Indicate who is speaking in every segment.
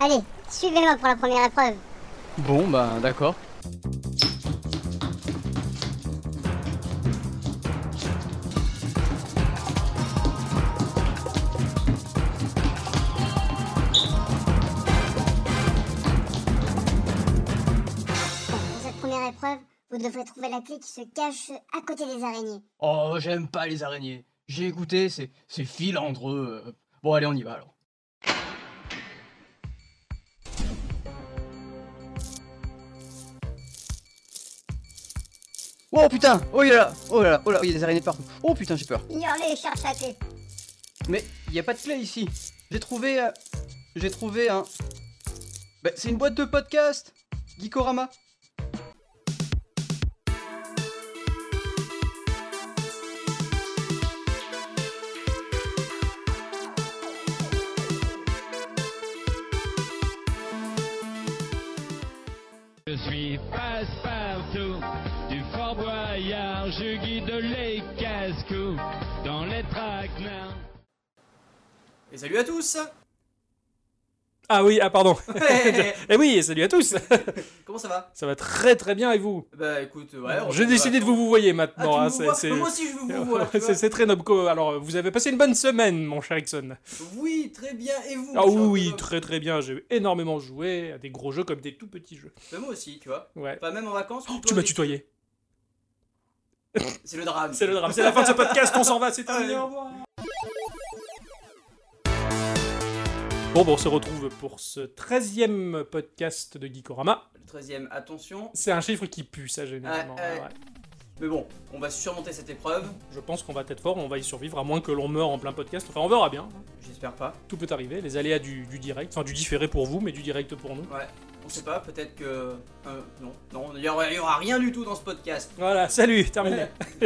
Speaker 1: Allez, suivez-moi pour la première épreuve.
Speaker 2: Bon, bah d'accord.
Speaker 1: Pour cette première épreuve, vous devrez trouver la clé qui se cache à côté des araignées.
Speaker 2: Oh, j'aime pas les araignées. J'ai écouté, c'est, c'est filandreux. euh. Bon, allez, on y va alors. Oh putain Oh il est là Oh là là Oh là Il y a des araignées partout Oh putain, j'ai peur
Speaker 1: Hurlez, cherche la clé.
Speaker 2: Mais il y a pas de clé ici J'ai trouvé... euh, J'ai trouvé un... Bah, c'est une boîte de podcast Gikorama
Speaker 3: Je suis passe-partout du Fort Boyard, je guide les casse-cou dans les traquenards.
Speaker 4: Et salut à tous
Speaker 5: Ah oui, ah pardon.
Speaker 4: Ouais.
Speaker 5: Eh oui, salut à tous.
Speaker 4: Comment ça va
Speaker 5: Ça va très très bien et vous
Speaker 4: Bah écoute, ouais... on-
Speaker 5: J'ai décidé de vous vous voyez maintenant.
Speaker 4: Ah,
Speaker 5: hein,
Speaker 4: tu me vois
Speaker 5: c'est-
Speaker 4: Moi
Speaker 5: c'est-
Speaker 4: aussi je veux vous voir, tu vois.
Speaker 5: C'est c'est très nobco. Alors, vous avez passé une bonne semaine, mon cher Ixon.
Speaker 4: Oui, très bien, et vous
Speaker 5: Ah
Speaker 4: je suis un
Speaker 5: oui,
Speaker 4: peu-
Speaker 5: très très bien. J'ai énormément joué à des gros jeux comme des tout petits jeux.
Speaker 4: Bah, Moi aussi, tu vois.
Speaker 5: Ouais.
Speaker 4: Enfin, même en vacances...
Speaker 5: Oh,
Speaker 4: toi,
Speaker 5: tu m'as
Speaker 4: t'es-
Speaker 5: tutoyé.
Speaker 4: C'est le drame.
Speaker 5: C'est le drame. C'est la fin de ce podcast. On s'en va. C'est terminé.
Speaker 4: Ouais.
Speaker 5: Au revoir. Bon, bon, on se retrouve pour ce 13e podcast de Geekorama.
Speaker 4: Le 13ème, attention.
Speaker 5: C'est un chiffre qui pue, ça, généralement. Ah
Speaker 4: Ouais, ouais.
Speaker 5: Ouais.
Speaker 4: Mais bon, on va surmonter cette épreuve.
Speaker 5: Je pense qu'on va être fort, on va y survivre, à moins que l'on meure en plein podcast. Enfin, on verra bien.
Speaker 4: J'espère pas.
Speaker 5: Tout peut arriver, les aléas du, du direct. Enfin, du différé pour vous, mais du direct pour nous.
Speaker 4: Ouais. On sait pas, peut-être que... euh, non, non, il y, aura, il y aura rien du tout dans ce podcast.
Speaker 5: Voilà, salut, terminé.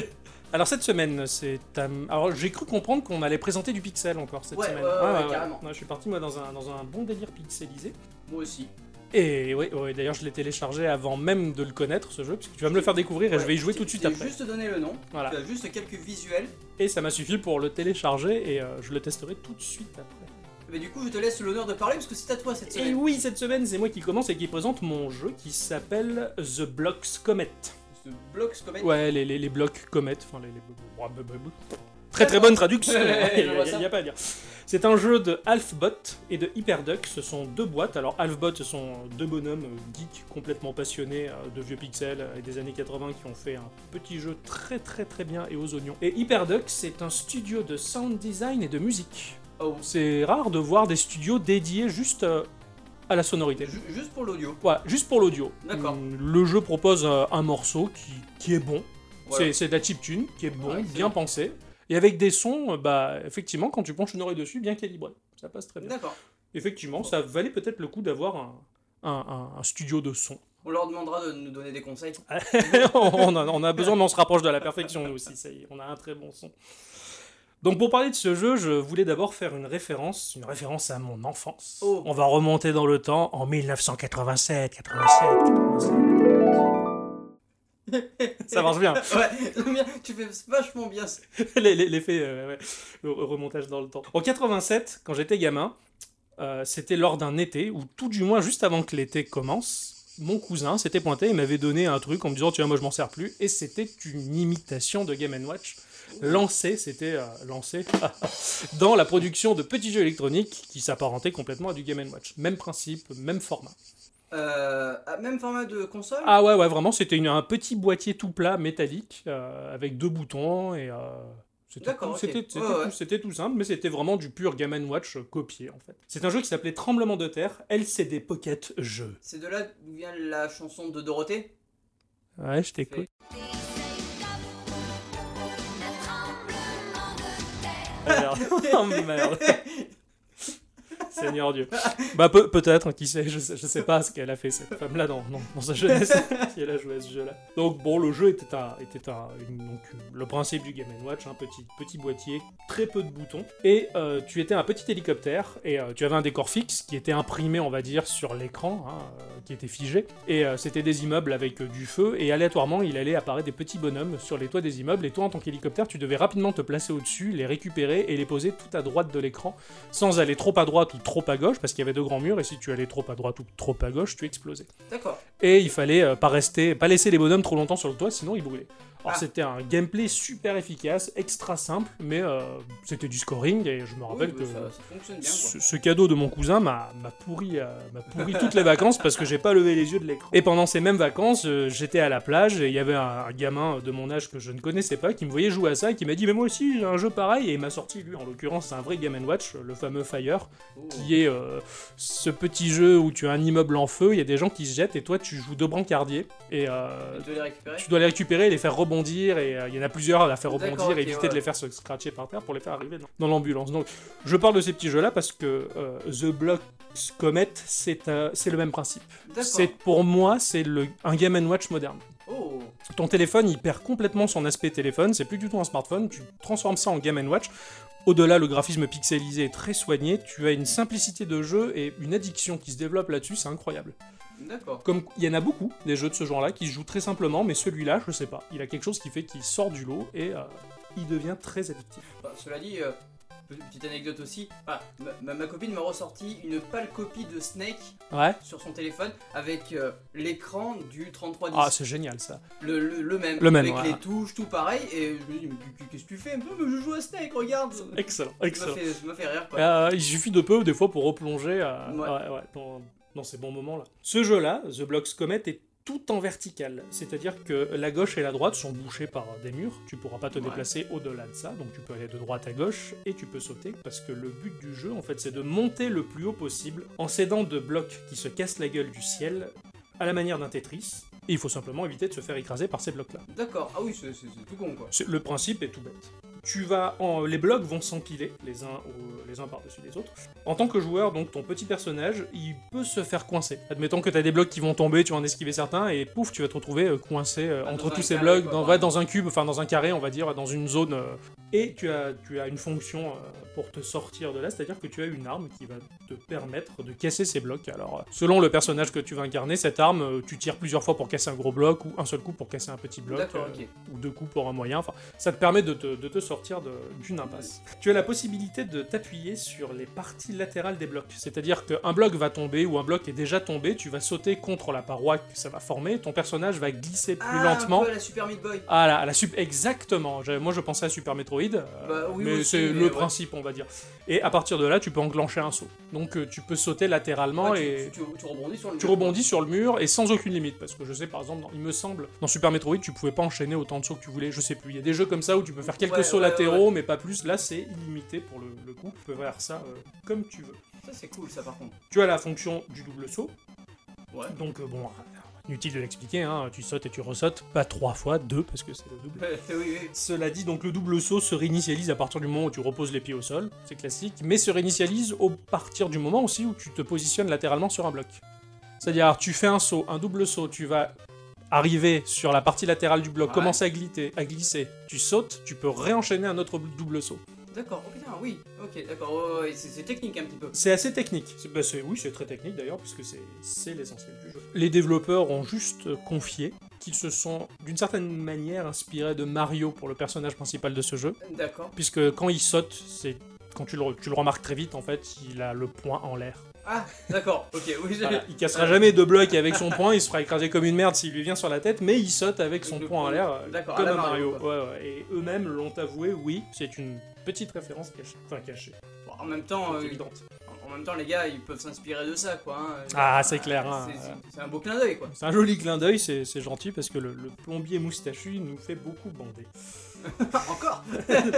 Speaker 5: Alors, cette semaine, c'est. euh, Alors, j'ai cru comprendre qu'on allait présenter du pixel encore cette
Speaker 4: Ouais,
Speaker 5: semaine.
Speaker 4: ouais, ouais, ouais, carrément.
Speaker 5: je suis parti, moi, dans un, dans un bon délire pixelisé.
Speaker 4: Moi aussi.
Speaker 5: Et ouais, ouais, d'ailleurs, je l'ai téléchargé avant même de le connaître, ce jeu, parce que tu vas me le faire découvrir et je vais y jouer tout de suite
Speaker 4: Je
Speaker 5: après.
Speaker 4: vais juste donner le nom.
Speaker 5: Voilà.
Speaker 4: Tu as juste quelques visuels.
Speaker 5: Et ça m'a suffi pour le télécharger et euh, je le testerai tout de suite après.
Speaker 4: Mais du coup, je te laisse l'honneur de parler parce que c'est à toi cette
Speaker 5: Et
Speaker 4: semaine.
Speaker 5: oui, cette semaine, c'est moi qui commence et qui présente mon jeu qui s'appelle The Blocks Comet.
Speaker 4: Ce bloc Comet.
Speaker 5: Ouais, les, les- les blocs Comet, enfin les... les- blah, blah, blah, blah. Très très bonne traduction,
Speaker 4: Ouais, ouais, ouais,
Speaker 5: il
Speaker 4: je vois ça.
Speaker 5: n'y a pas à dire. C'est un jeu de Halfbot et de Hyperduck, ce sont deux boîtes. Alors Halfbot, ce sont deux bonhommes euh, geeks complètement passionnés euh, de vieux pixels euh, et des années 80 qui ont fait un petit jeu très très très bien et aux oignons. Et Hyperduck, c'est un studio de sound design et de musique.
Speaker 4: Oh,
Speaker 5: C'est rare de voir des studios dédiés juste euh, à la sonorité.
Speaker 4: ju- juste pour l'audio.
Speaker 5: Ouais, juste pour l'audio.
Speaker 4: D'accord.
Speaker 5: Mm, Le jeu propose euh, un morceau qui, qui est bon.
Speaker 4: Voilà.
Speaker 5: C'est- C'est de la chiptune qui est bon,
Speaker 4: Ouais, c'est
Speaker 5: bien
Speaker 4: bon.
Speaker 5: pensé. Et avec des sons, euh, bah, effectivement, quand tu penches une oreille dessus, bien calibré. Ça passe très bien.
Speaker 4: D'accord.
Speaker 5: Effectivement, ça valait peut-être le coup d'avoir un, un- un- un studio de son.
Speaker 4: On leur demandera de nous donner des conseils.
Speaker 5: on, a, on a besoin, mais on se rapproche de la perfection, nous aussi. Ça y est, on a un très bon son. Donc, pour parler de ce jeu, je voulais d'abord faire une référence, une référence à mon enfance.
Speaker 4: Oh.
Speaker 5: On va remonter dans le temps en 1987, 87, 87. Ça marche bien.
Speaker 4: ouais, bien, tu fais vachement bien. ça.
Speaker 5: Les- les- L'effet euh, ouais, le remontage dans le temps. En 87, quand j'étais gamin, euh, c'était lors d'un été, ou tout du moins juste avant que l'été commence, mon cousin s'était pointé et m'avait donné un truc en me disant Tiens, moi je m'en sers plus. Et c'était une imitation de Game Watch lancée, c'était euh, lancée dans la production de petits jeux électroniques qui s'apparentaient complètement à du Game Watch. Même principe, même format.
Speaker 4: Euh, ah, même format de console
Speaker 5: Ah ouais, ouais, vraiment, c'était une- un petit boîtier tout plat métallique euh, avec deux boutons et. euh, c'était
Speaker 4: D'accord,
Speaker 5: tout,
Speaker 4: ok.
Speaker 5: c'était- c'était
Speaker 4: Ouais, ouais.
Speaker 5: tout- c'était tout simple, mais c'était vraiment du pur Game Watch euh, copié en fait. C'est un jeu qui s'appelait Tremblement de terre, LCD Pocket Jeu.
Speaker 4: C'est de là d'où vient la chanson de Dorothée
Speaker 5: Ouais, je
Speaker 4: t'écoute.
Speaker 5: oh merde. Seigneur Dieu. Bah peut- peut-être, qui sait, je sais, je sais pas ce qu'elle a fait cette femme-là dans, dans- dans sa jeunesse, si elle a joué à ce jeu-là. Donc bon, le jeu était, un, était un, une- donc, une- le principe du Game Watch, un petit, petit boîtier, très peu de boutons, et euh, tu étais un petit hélicoptère, et euh, tu avais un décor fixe qui était imprimé, on va dire, sur l'écran, hein, euh, qui était figé. Et euh, c'était des immeubles avec euh, du feu, et aléatoirement, il allait apparaître des petits bonhommes sur les toits des immeubles, et toi, en tant qu'hélicoptère, tu devais rapidement te placer au-dessus, les récupérer et les poser tout à droite de l'écran, sans aller trop à droite ou trop à gauche, parce qu'il y avait deux grands murs, et si tu allais trop à droite ou trop à gauche, tu explosais.
Speaker 4: D'accord.
Speaker 5: Et il fallait euh, pas rester, pas laisser les bonhommes trop longtemps sur le toit, sinon ils brûlaient. Alors
Speaker 4: Ah.
Speaker 5: c'était un gameplay super efficace, extra simple, mais euh, c'était du scoring, et je me rappelle
Speaker 4: Oui,
Speaker 5: que
Speaker 4: bah, ça, ça fonctionne bien, quoi.
Speaker 5: ce, ce cadeau de mon cousin m'a m'a pourri, euh, m'a pourri toutes les vacances parce que j'ai pas levé les yeux de l'écran. Et pendant ces mêmes vacances, euh, j'étais à la plage et il y avait un, un gamin de mon âge que je ne connaissais pas qui me voyait jouer à ça et qui m'a dit Mais moi aussi, j'ai un jeu pareil. Et il m'a sorti, lui, en l'occurrence, c'est un vrai Game Watch, le fameux Fire,
Speaker 4: Oh.
Speaker 5: qui est euh, ce petit jeu où tu as un immeuble en feu, il y a des gens qui se jettent et toi, tu joues deux brancardiers. Et euh,
Speaker 4: Tu dois les récupérer
Speaker 5: tu dois les récupérer, les faire rebondir, et euh, il y en a plusieurs à la faire
Speaker 4: D'accord,
Speaker 5: rebondir,
Speaker 4: ok,
Speaker 5: et éviter
Speaker 4: ouais.
Speaker 5: de les faire se scratcher par terre pour les faire arriver dans, dans l'ambulance. Donc, je parle de ces petits jeux-là parce que euh, The Blocks Comet, c'est euh, c'est le même principe.
Speaker 4: D'accord.
Speaker 5: C'est pour moi, c'est le- un Game Watch moderne.
Speaker 4: Oh,
Speaker 5: Ton téléphone, il perd complètement son aspect téléphone, c'est plus du tout un smartphone, tu transformes ça en Game Watch. Au-delà, le graphisme pixelisé est très soigné, tu as une simplicité de jeu et une addiction qui se développe là-dessus, c'est incroyable.
Speaker 4: d'accord.
Speaker 5: Comme il y en a beaucoup des jeux de ce genre-là qui se jouent très simplement, mais celui-là, je sais pas, il a quelque chose qui fait qu'il sort du lot et euh, il devient très addictif.
Speaker 4: Bah, cela dit, euh, pe- petite anecdote aussi. Ah, ma, ma- ma copine m'a ressorti une pâle copie de Snake
Speaker 5: Ouais.
Speaker 4: sur son téléphone avec euh, l'écran du 3310.
Speaker 5: Ah, c'est génial ça.
Speaker 4: le, le- le même.
Speaker 5: Le même,
Speaker 4: Avec
Speaker 5: ouais.
Speaker 4: les touches, tout pareil. Et je me dis, mais qu- qu'est-ce que tu fais un peu Mais Je joue à Snake, regarde
Speaker 5: Excellent,
Speaker 4: Ça m'a
Speaker 5: excellent.
Speaker 4: fait, ça m'a fait rire, quoi.
Speaker 5: Euh, il suffit de peu des fois pour replonger euh,
Speaker 4: Ouais.
Speaker 5: ouais, ouais, dans, dans ces bons moments-là. Ce jeu-là, The Blocks Comet, est tout en vertical, c'est-à-dire que la gauche et la droite sont bouchées par des murs, tu pourras pas te
Speaker 4: Ouais.
Speaker 5: déplacer au-delà de ça, donc tu peux aller de droite à gauche et tu peux sauter, parce que le but du jeu, en fait, c'est de monter le plus haut possible en s'aidant de blocs qui se cassent la gueule du ciel, à la manière d'un Tetris, et il faut simplement éviter de se faire écraser par ces blocs-là.
Speaker 4: D'accord. Ah oui, c'est c'est- c'est tout con, quoi.
Speaker 5: C'est- Le principe est tout bête. Tu vas en, les blocs vont s'empiler les uns au- les uns par-dessus les autres. En tant que joueur, donc ton petit personnage, il peut se faire coincer. Admettons que tu as des blocs qui vont tomber, tu vas en esquiver certains et pouf, tu vas te retrouver euh, coincé euh,
Speaker 4: Dans
Speaker 5: entre
Speaker 4: un
Speaker 5: tous ces
Speaker 4: carré,
Speaker 5: blocs
Speaker 4: quoi,
Speaker 5: dans,
Speaker 4: par
Speaker 5: ouais, dans un cube, enfin dans un carré, on va dire dans une zone euh, et tu as tu as une fonction euh, pour te sortir de là, c'est-à-dire que tu as une arme qui va te permettre de casser ces blocs. Alors, euh, selon le personnage que tu vas incarner, cette arme, euh, tu tires plusieurs fois pour casser un gros bloc ou un seul coup pour casser un petit bloc.
Speaker 4: D'accord,
Speaker 5: euh,
Speaker 4: ok.
Speaker 5: ou deux coups pour un moyen. Enfin, ça te permet de te, de te sortir de- d'une impasse. Tu as la possibilité de t'appuyer sur les parties latérales des blocs. C'est-à-dire qu'un bloc va tomber ou un bloc est déjà tombé, tu vas sauter contre la paroi que ça va former, ton personnage va glisser plus
Speaker 4: ah,
Speaker 5: lentement.
Speaker 4: Un peu à la Super Meat Boy.
Speaker 5: Ah là, à la sup exactement. J'avais- Moi, je pensais à Super Metroid, euh,
Speaker 4: Bah oui,
Speaker 5: mais
Speaker 4: aussi,
Speaker 5: c'est
Speaker 4: mais
Speaker 5: le
Speaker 4: ouais.
Speaker 5: principe, on va dire. Et à partir de là, tu peux enclencher un saut. Donc, euh, tu peux sauter latéralement
Speaker 4: Ouais,
Speaker 5: et
Speaker 4: Ah, tu, tu- tu rebondis sur le
Speaker 5: tu
Speaker 4: mur,
Speaker 5: rebondis sur le mur et sans aucune limite parce que je sais par exemple dans- il me semble dans Super Metroid tu pouvais pas enchaîner autant de sauts que tu voulais je sais plus il y a des jeux comme ça où tu peux faire quelques
Speaker 4: Ouais,
Speaker 5: sauts
Speaker 4: ouais,
Speaker 5: latéraux mais pas plus là c'est illimité pour le, le coup tu peux faire ça euh, comme tu veux
Speaker 4: quoi. Ça, c'est cool, ça, par contre.
Speaker 5: tu as la fonction du double saut
Speaker 4: Ouais.
Speaker 5: donc euh, bon inutile de l'expliquer hein, tu sautes et tu ressautes pas trois fois deux parce que c'est le double
Speaker 4: oui, oui.
Speaker 5: cela dit, donc le double saut se réinitialise à partir du moment où tu reposes les pieds au sol, c'est classique, mais se réinitialise au partir du moment aussi où tu te positionnes latéralement sur un bloc. C'est-à-dire, tu fais un saut, un double saut, tu vas arriver sur la partie latérale du bloc,
Speaker 4: Ouais.
Speaker 5: commencer à, glitter, à glisser, tu sautes, tu peux réenchaîner un autre double saut.
Speaker 4: D'accord. Oh putain, oui. Ok, d'accord. Ouais, ouais, ouais, c'est c'est technique un petit peu.
Speaker 5: C'est assez technique. C'est- bah, c'est- oui, c'est très technique d'ailleurs, puisque c'est, c'est l'essentiel du jeu. Les développeurs ont juste euh, confié qu'ils se sont d'une certaine manière inspirés de Mario pour le personnage principal de ce jeu.
Speaker 4: D'accord.
Speaker 5: puisque quand il saute, c'est quand tu le, re- tu le remarques très vite, en fait, il a le poing en l'air.
Speaker 4: Ah, d'accord. Ok, oui, j'avais.
Speaker 5: Voilà, Il cassera jamais deux blocs avec son poing, il se fera écraser comme une merde s'il lui vient sur la tête, mais il saute avec son
Speaker 4: Avec le
Speaker 5: poing en
Speaker 4: poing.
Speaker 5: l'air, euh,
Speaker 4: D'accord, à
Speaker 5: comme
Speaker 4: la
Speaker 5: un
Speaker 4: Mario,
Speaker 5: Mario. Ouais, ouais, Et eux-mêmes l'ont avoué, oui, c'est une petite référence cachée. Enfin, cachée.
Speaker 4: Bon, en même temps,
Speaker 5: c'est
Speaker 4: euh,
Speaker 5: évidente.
Speaker 4: en- en même temps, les gars, ils peuvent s'inspirer de ça, quoi. hein.
Speaker 5: Ah, c'est clair, hein.
Speaker 4: c'est- c'est- C'est un beau clin d'œil, quoi.
Speaker 5: C'est un joli clin d'œil, c'est c'est gentil, parce que le, le plombier moustachu nous fait beaucoup bander.
Speaker 4: Encore.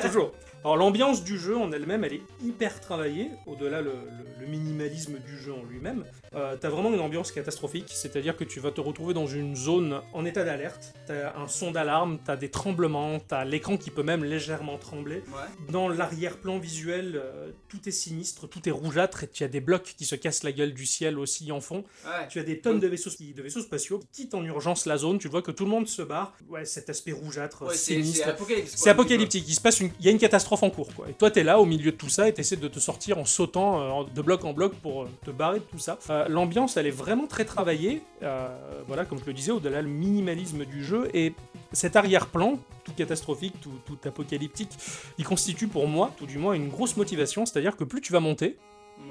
Speaker 5: Toujours. Alors l'ambiance du jeu en elle-même, elle est hyper travaillée, au-delà le, le- le minimalisme du jeu en lui-même. Euh, t'as vraiment une ambiance catastrophique, c'est-à-dire que tu vas te retrouver dans une zone en état d'alerte, t'as un son d'alarme, t'as des tremblements, t'as l'écran qui peut même légèrement trembler.
Speaker 4: Ouais.
Speaker 5: Dans l'arrière-plan visuel, euh, tout est sinistre, tout est rougeâtre, et tu as des blocs qui se cassent la gueule du ciel aussi en fond.
Speaker 4: Ouais.
Speaker 5: Tu as des tonnes de vaisseaux, de vaisseaux spatiaux qui quittent en urgence la zone, tu vois que tout le monde se barre. Ouais, cet aspect rougeâtre,
Speaker 4: Ouais, c'est c'est
Speaker 5: sinistre.
Speaker 4: apocalyptique.
Speaker 5: C'est apocalyptique, il se passe une... il y a une catastrophe en cours. Quoi. Et toi, t'es là au milieu de tout ça et t'essaies de te sortir en sautant euh, en- de bloc en bloc pour euh, te barrer de tout ça. Euh, L'ambiance, elle est vraiment très travaillée, euh, voilà, comme je le disais, au-delà le minimalisme du jeu. Et cet arrière-plan, tout catastrophique, tout, tout apocalyptique, il constitue pour moi, tout du moins, une grosse motivation. C'est-à-dire que plus tu vas monter,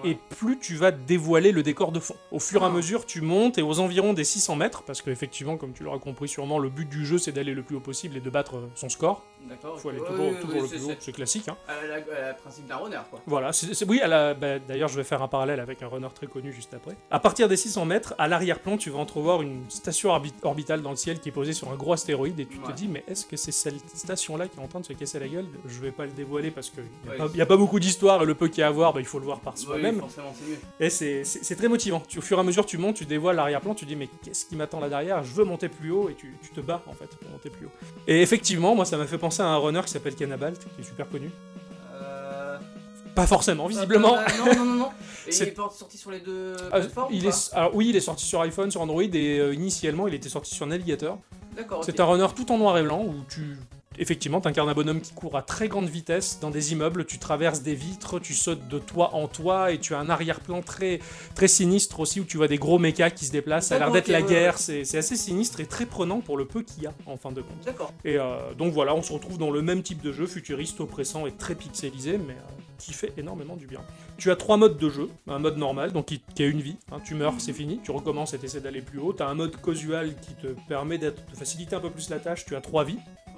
Speaker 5: et plus tu vas dévoiler le décor de fond. Au fur et à mesure, tu montes et aux environs des 600 mètres, parce qu'effectivement, comme tu l'auras compris sûrement, le but du jeu c'est d'aller le plus haut possible et de battre euh, son score.
Speaker 4: D'accord.
Speaker 5: Il faut
Speaker 4: ok.
Speaker 5: aller
Speaker 4: Ouais,
Speaker 5: toujours,
Speaker 4: ouais,
Speaker 5: toujours
Speaker 4: ouais,
Speaker 5: le
Speaker 4: c'est-
Speaker 5: plus haut,
Speaker 4: c'est-
Speaker 5: c'est classique. hein.
Speaker 4: À la, à la principe d'un runner, quoi.
Speaker 5: Voilà, c'est- c'est- oui, à la- bah, d'ailleurs je vais faire un parallèle avec un runner très connu juste après. À partir des 600 mètres, à l'arrière-plan, tu vas entrevoir une station orbi- orbitale dans le ciel qui est posée sur un gros astéroïde et tu te
Speaker 4: Ouais.
Speaker 5: dis, mais est-ce que c'est cette station-là qui est en train de se casser la gueule Je vais pas le dévoiler parce qu'il n'y
Speaker 4: Ouais.
Speaker 5: a, pas- y a pas beaucoup d'histoire et le peu qu'il y a à voir, bah, il faut le voir par
Speaker 4: Oui,
Speaker 5: soi-même.
Speaker 4: forcément, c'est mieux.
Speaker 5: Et c'est- c'est c'est très motivant. Tu- au fur et à mesure, tu montes, tu dévoiles l'arrière-plan, tu dis mais qu'est-ce qui m'attend là derrière Je veux monter plus haut et tu, tu te bats en fait pour monter plus haut. Et effectivement, moi ça m'a fait penser à un runner qui s'appelle Cannabalt, qui est super connu.
Speaker 4: Euh,
Speaker 5: Pas forcément, visiblement.
Speaker 4: euh, non, non, non, non. Et il
Speaker 5: C'est-
Speaker 4: est por- sorti sur les deux
Speaker 5: Euh,
Speaker 4: plateformes
Speaker 5: il
Speaker 4: ou
Speaker 5: est, alors oui, il est sorti sur iPhone, sur Android et euh, initialement il était sorti sur Navigator.
Speaker 4: pas D'accord. ok.
Speaker 5: C'est un runner tout en noir et blanc où tu effectivement t'incarnes un bonhomme qui court à très grande vitesse dans des immeubles, tu traverses des vitres, tu sautes de toit en toit et tu as un arrière-plan très très sinistre aussi où tu vois des gros mechas qui se déplacent, ça a l'air
Speaker 4: D'accord, ok,
Speaker 5: d'être la
Speaker 4: ouais,
Speaker 5: guerre, c'est c'est assez sinistre et très prenant pour le peu qu'il y a en fin de compte.
Speaker 4: D'accord.
Speaker 5: Et euh, donc voilà, on se retrouve dans le même type de jeu, futuriste, oppressant et très pixelisé, mais euh, qui fait énormément du bien. Tu as trois modes de jeu. Un mode normal, donc qui, qui a une vie. hein, tu meurs, c'est fini. Tu recommences et t'essaies d'aller plus haut. Tu as un mode casual qui te permet d'être- de faciliter un peu plus la tâche. Tu as trois vies,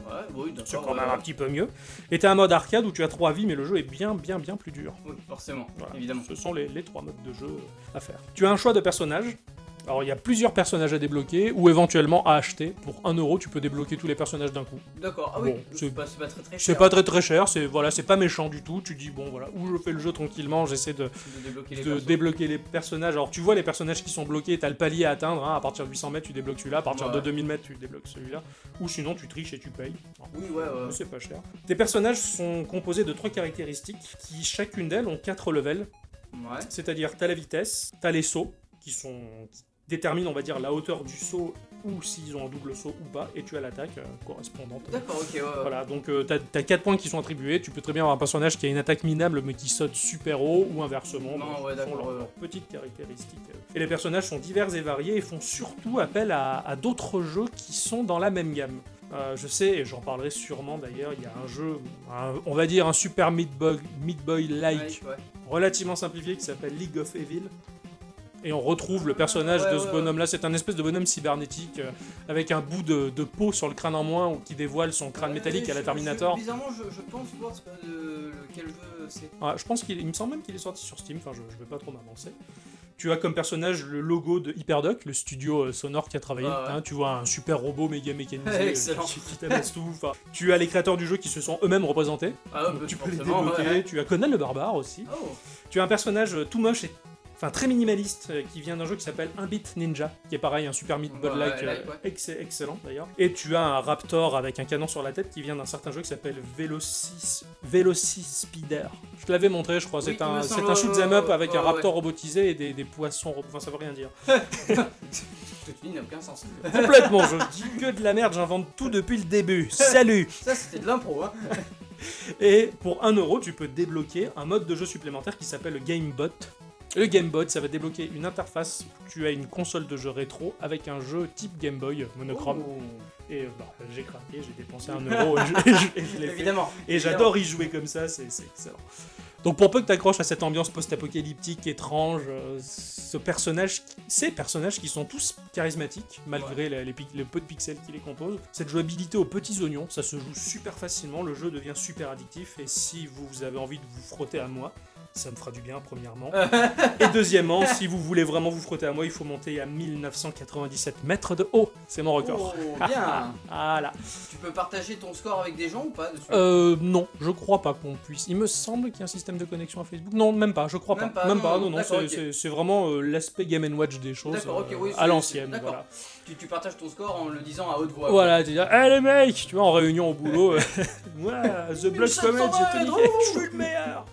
Speaker 4: Ouais, oui, d'accord.
Speaker 5: c'est quand
Speaker 4: ouais,
Speaker 5: même un
Speaker 4: ouais.
Speaker 5: petit peu mieux. Et tu as un mode arcade où tu as trois vies, mais le jeu est bien, bien, bien plus dur.
Speaker 4: Oui, forcément,
Speaker 5: Voilà.
Speaker 4: évidemment.
Speaker 5: Ce sont les, les trois modes de jeu euh, à faire. Tu as un choix de personnages. Alors, il y a plusieurs personnages à débloquer ou éventuellement à acheter. Pour 1€, euro, tu peux débloquer tous les personnages d'un coup.
Speaker 4: D'accord. Ah oui,
Speaker 5: Bon, c'est-
Speaker 4: c'est pas, c'est pas très très cher.
Speaker 5: C'est pas très très cher, c'est voilà, c'est pas méchant du tout. Tu dis bon voilà, où je fais le jeu tranquillement, j'essaie de,
Speaker 4: de débloquer les
Speaker 5: de
Speaker 4: persos.
Speaker 5: débloquer les personnages. Alors tu vois les personnages qui sont bloqués, t'as le palier à atteindre. hein, à partir de 800 mètres, tu débloques celui-là. À partir de
Speaker 4: Ouais.
Speaker 5: 2000 mètres, tu débloques celui-là. Ou sinon, tu triches et tu payes.
Speaker 4: Oui, ouais, ouais.
Speaker 5: C'est pas cher. Tes personnages sont composés de trois caractéristiques qui chacune d'elles ont quatre levels.
Speaker 4: Ouais.
Speaker 5: C'est-à-dire, t'as la vitesse, t'as les sauts, qui sont qui déterminent, on va dire, la hauteur du saut, ou s'ils ont un double saut ou pas, et tu as l'attaque euh, correspondante.
Speaker 4: D'accord, ok, ouais. ouais.
Speaker 5: Voilà, donc euh, t'as- t'as 4 points qui sont attribués, tu peux très bien avoir un personnage qui a une attaque minable mais qui saute super haut, ou inversement,
Speaker 4: Non,
Speaker 5: donc,
Speaker 4: ouais,
Speaker 5: ils font
Speaker 4: d'accord, euh,
Speaker 5: leurs
Speaker 4: ouais.
Speaker 5: leurs petites caractéristiques. euh. Et les personnages sont divers et variés et font surtout appel à, à d'autres jeux qui sont dans la même gamme. Euh, je sais, et j'en parlerai sûrement d'ailleurs, il y a un jeu, un- on va dire un super Meat Boy- Meat Boy-like,
Speaker 4: Ouais, ouais.
Speaker 5: relativement simplifié qui s'appelle League of Evil. Et on retrouve le personnage
Speaker 4: Ouais,
Speaker 5: de ce
Speaker 4: ouais,
Speaker 5: bonhomme-là. C'est un espèce de bonhomme cybernétique euh, avec un bout de, de peau sur le crâne en moins ou qui dévoile son crâne
Speaker 4: Ouais,
Speaker 5: métallique à la
Speaker 4: je-
Speaker 5: Terminator.
Speaker 4: je- Bizarrement, je, je pense voir ce que- de- lequel jeu c'est.
Speaker 5: Ouais, Ah, je pense qu'il il me semble même qu'il est sorti sur Steam. Enfin, je, je vais pas trop m'avancer. Tu as comme personnage le logo de Hyperduck, le studio euh, sonore qui a travaillé.
Speaker 4: Ah ouais.
Speaker 5: hein. tu vois un super robot méga mécanisé euh,
Speaker 4: Excellent.
Speaker 5: qui, qui tabasse tout. Enfin, tu as les créateurs du jeu qui se sont eux-mêmes représentés.
Speaker 4: Ah, ouais,
Speaker 5: Donc,
Speaker 4: bah,
Speaker 5: tu peux les
Speaker 4: forcément,
Speaker 5: débloquer.
Speaker 4: ouais.
Speaker 5: Tu as Conan le barbare aussi.
Speaker 4: Oh,
Speaker 5: Tu as un personnage euh, tout moche et enfin très minimaliste euh, qui vient d'un jeu qui s'appelle Un Bit Ninja, qui est pareil un super Meat Boy
Speaker 4: Ouais,
Speaker 5: like,
Speaker 4: like, ouais.
Speaker 5: ex- excellent d'ailleurs. Et tu as un Raptor avec un canon sur la tête qui vient d'un certain jeu qui s'appelle Velocis Velocispider. Je te l'avais montré, je crois.
Speaker 4: Oui, il
Speaker 5: c'est un
Speaker 4: me
Speaker 5: c'est
Speaker 4: semble,
Speaker 5: un shoot 'em up
Speaker 4: ouais,
Speaker 5: avec
Speaker 4: ouais,
Speaker 5: un
Speaker 4: ouais.
Speaker 5: Raptor robotisé et des, des poissons. rob- Enfin, ça veut rien dire.
Speaker 4: ce que tu dis n'a aucun sens.
Speaker 5: Complètement. je dis que de la merde. J'invente tout depuis le début. Salut.
Speaker 4: Ça, c'était de l'impro, hein.
Speaker 5: Et pour 1 euro, tu peux débloquer un mode de jeu supplémentaire qui s'appelle le GameBot. Le GameBot, ça va débloquer une interface où tu as une console de jeu rétro avec un jeu type Game Boy monochrome.
Speaker 4: Oh.
Speaker 5: Et euh, bah, j'ai craqué, j'ai dépensé 1 euro et je, et je- et je l'ai fait.
Speaker 4: Évidemment.
Speaker 5: Et j'adore y jouer comme ça, c'est c'est excellent. Donc pour peu que t'accroches à cette ambiance post-apocalyptique étrange, euh, ce personnage, ces personnages qui sont tous charismatiques malgré la- les, pic- le peu de pixels qui les composent, cette jouabilité aux petits oignons, ça se joue super facilement, le jeu devient super addictif et si vous avez envie de vous frotter à moi, ça me fera du bien premièrement. et deuxièmement, si vous voulez vraiment vous frotter à moi, il faut monter à 1997 mètres de haut, c'est mon record.
Speaker 4: Oh, bien.
Speaker 5: Voilà.
Speaker 4: tu peux partager ton score avec des gens ou pas dessus
Speaker 5: Euh, non, je crois pas qu'on puisse. Il me semble qu'il y a un système de connexion à Facebook. Non, même pas, je crois
Speaker 4: Même
Speaker 5: pas.
Speaker 4: pas,
Speaker 5: Même
Speaker 4: non,
Speaker 5: pas, non,
Speaker 4: non,
Speaker 5: non, c'est
Speaker 4: d'accord, ok.
Speaker 5: c'est- c'est vraiment euh, l'aspect Game Watch des choses
Speaker 4: D'accord, ok, oui,
Speaker 5: euh,
Speaker 4: c'est-
Speaker 5: à l'ancienne.
Speaker 4: d'accord.
Speaker 5: Voilà,
Speaker 4: tu, tu partages ton score en le disant à haute voix. quoi.
Speaker 5: voilà tu dis, hé les mecs, tu vois, en réunion au boulot, euh, moi, The Block Comet,
Speaker 4: oh.
Speaker 5: j'ai tenu, je suis le meilleur.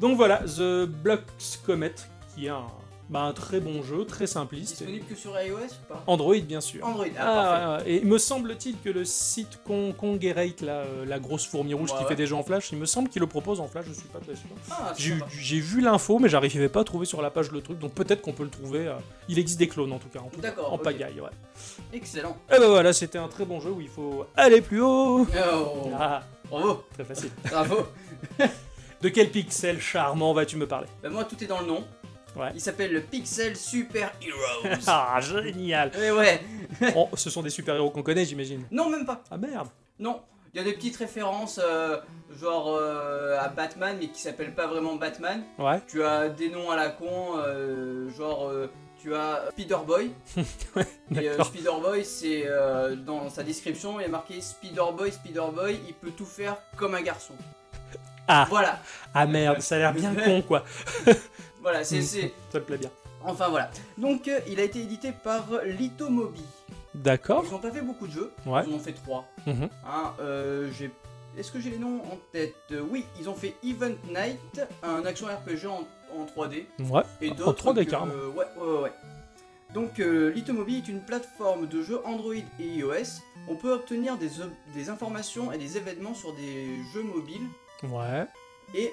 Speaker 5: Donc voilà, The Block Comet, qui est un, Bah, un très bon jeu, très simpliste. et-
Speaker 4: Disponible que sur iOS ou pas
Speaker 5: Android, bien sûr.
Speaker 4: Android, ah, parfait.
Speaker 5: Ah, ouais, ouais. et il me semble-t-il que le site Con- Congerate, là, euh, la grosse fourmi rouge
Speaker 4: Ouais,
Speaker 5: qui
Speaker 4: ouais.
Speaker 5: fait des jeux en flash, il me semble qu'il le propose en flash, je suis pas très sûr.
Speaker 4: Ah, c'est
Speaker 5: J'ai
Speaker 4: sympa.
Speaker 5: j'ai vu l'info, mais j'arrivais pas à trouver sur la page le truc, donc peut-être qu'on peut le trouver. euh, il existe des clones en tout cas, en, tout-
Speaker 4: D'accord,
Speaker 5: en
Speaker 4: ok.
Speaker 5: pagaille, ouais.
Speaker 4: Excellent.
Speaker 5: Et ben voilà, c'était un très bon jeu où il faut aller plus haut
Speaker 4: Oh,
Speaker 5: Ah,
Speaker 4: Bravo,
Speaker 5: très facile.
Speaker 4: bravo.
Speaker 5: De quel pixel charmant vas-tu me parler
Speaker 4: Bah, moi, tout est dans le nom.
Speaker 5: Ouais.
Speaker 4: Il s'appelle le Pixel Super Heroes.
Speaker 5: Ah, génial
Speaker 4: Mais ouais.
Speaker 5: Oh, Ce sont des super-héros qu'on connaît, j'imagine.
Speaker 4: Non, même pas.
Speaker 5: Ah merde
Speaker 4: Non. Il y a des petites références, euh, genre euh, à Batman, mais qui s'appellent pas vraiment Batman.
Speaker 5: Ouais,
Speaker 4: Tu as des noms à la con, euh, genre euh, tu as Spider Boy. et euh,
Speaker 5: d'accord.
Speaker 4: Spider Boy, c'est euh, dans sa description, il y a marqué Spider Boy, Spider Boy, il peut tout faire comme un garçon.
Speaker 5: Ah.
Speaker 4: Voilà,
Speaker 5: Ah merde, ça a l'air bien con, quoi.
Speaker 4: voilà,
Speaker 5: Hmm.
Speaker 4: c'est. c'est-
Speaker 5: Ça me plaît bien.
Speaker 4: Enfin voilà. Donc euh, il a été édité par Litomobi.
Speaker 5: D'accord.
Speaker 4: Ils n'ont pas fait beaucoup de jeux,
Speaker 5: Ouais.
Speaker 4: ils en ont fait trois.
Speaker 5: Mhm.
Speaker 4: Hein, euh, j'ai- Est-ce que j'ai les noms en tête Euh, Oui, ils ont fait Event Night, un action RPG en, en 3D.
Speaker 5: Ouais.
Speaker 4: Et
Speaker 5: En
Speaker 4: d'autres
Speaker 5: 3D,
Speaker 4: que- euh,
Speaker 5: carrément.
Speaker 4: ouais, ouais, ouais, ouais. Donc, euh, Litomobi est une plateforme de jeux Android et iOS. On peut obtenir des, ob- des informations et des événements sur des jeux mobiles.
Speaker 5: Ouais.
Speaker 4: Et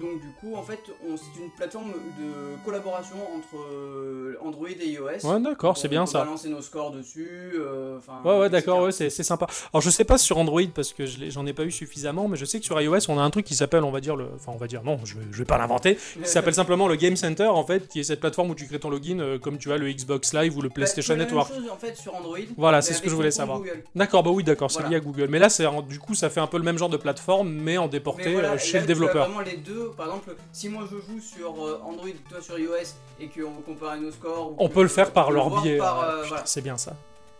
Speaker 4: donc, du coup, en fait, on- c'est une plateforme de collaboration entre euh, Android et iOS.
Speaker 5: Ouais, d'accord, c'est
Speaker 4: On
Speaker 5: bien
Speaker 4: peut
Speaker 5: ça.
Speaker 4: balancer nos scores dessus. euh, enfin,
Speaker 5: Ouais, ouais,
Speaker 4: etc.
Speaker 5: d'accord, ouais, c'est c'est sympa. Alors, je sais pas sur Android parce que je l'ai- j'en ai pas eu suffisamment, mais je sais que sur iOS, on a un truc qui s'appelle, on va dire, le. Enfin, on va dire, non, je, vais- je vais pas l'inventer, qui s'appelle simplement le Game Center, en fait, qui est cette plateforme où tu crées ton login euh, comme tu as le Xbox Live ou le
Speaker 4: Bah,
Speaker 5: PlayStation
Speaker 4: c'est la même
Speaker 5: Network.
Speaker 4: chose, en fait, sur Android.
Speaker 5: Voilà,
Speaker 4: mais
Speaker 5: c'est ce que
Speaker 4: avec
Speaker 5: je voulais
Speaker 4: son compte
Speaker 5: savoir.
Speaker 4: Google.
Speaker 5: D'accord, bah oui, d'accord, c'est
Speaker 4: Voilà.
Speaker 5: lié à Google. Mais là, c'est du coup, ça fait un peu le même genre de plateforme, mais en
Speaker 4: Mais
Speaker 5: déporté
Speaker 4: voilà,
Speaker 5: euh,
Speaker 4: et
Speaker 5: chez
Speaker 4: là,
Speaker 5: le
Speaker 4: tu as
Speaker 5: développeur.
Speaker 4: vraiment les deux. Par exemple, si moi je joue sur euh, Android et toi sur iOS et qu'on compare nos scores. ou
Speaker 5: On
Speaker 4: que-
Speaker 5: peut le faire
Speaker 4: on
Speaker 5: par
Speaker 4: peut
Speaker 5: leur
Speaker 4: voir
Speaker 5: biais.
Speaker 4: par,
Speaker 5: ouais.
Speaker 4: euh,
Speaker 5: Putain,
Speaker 4: voilà.
Speaker 5: C'est bien ça.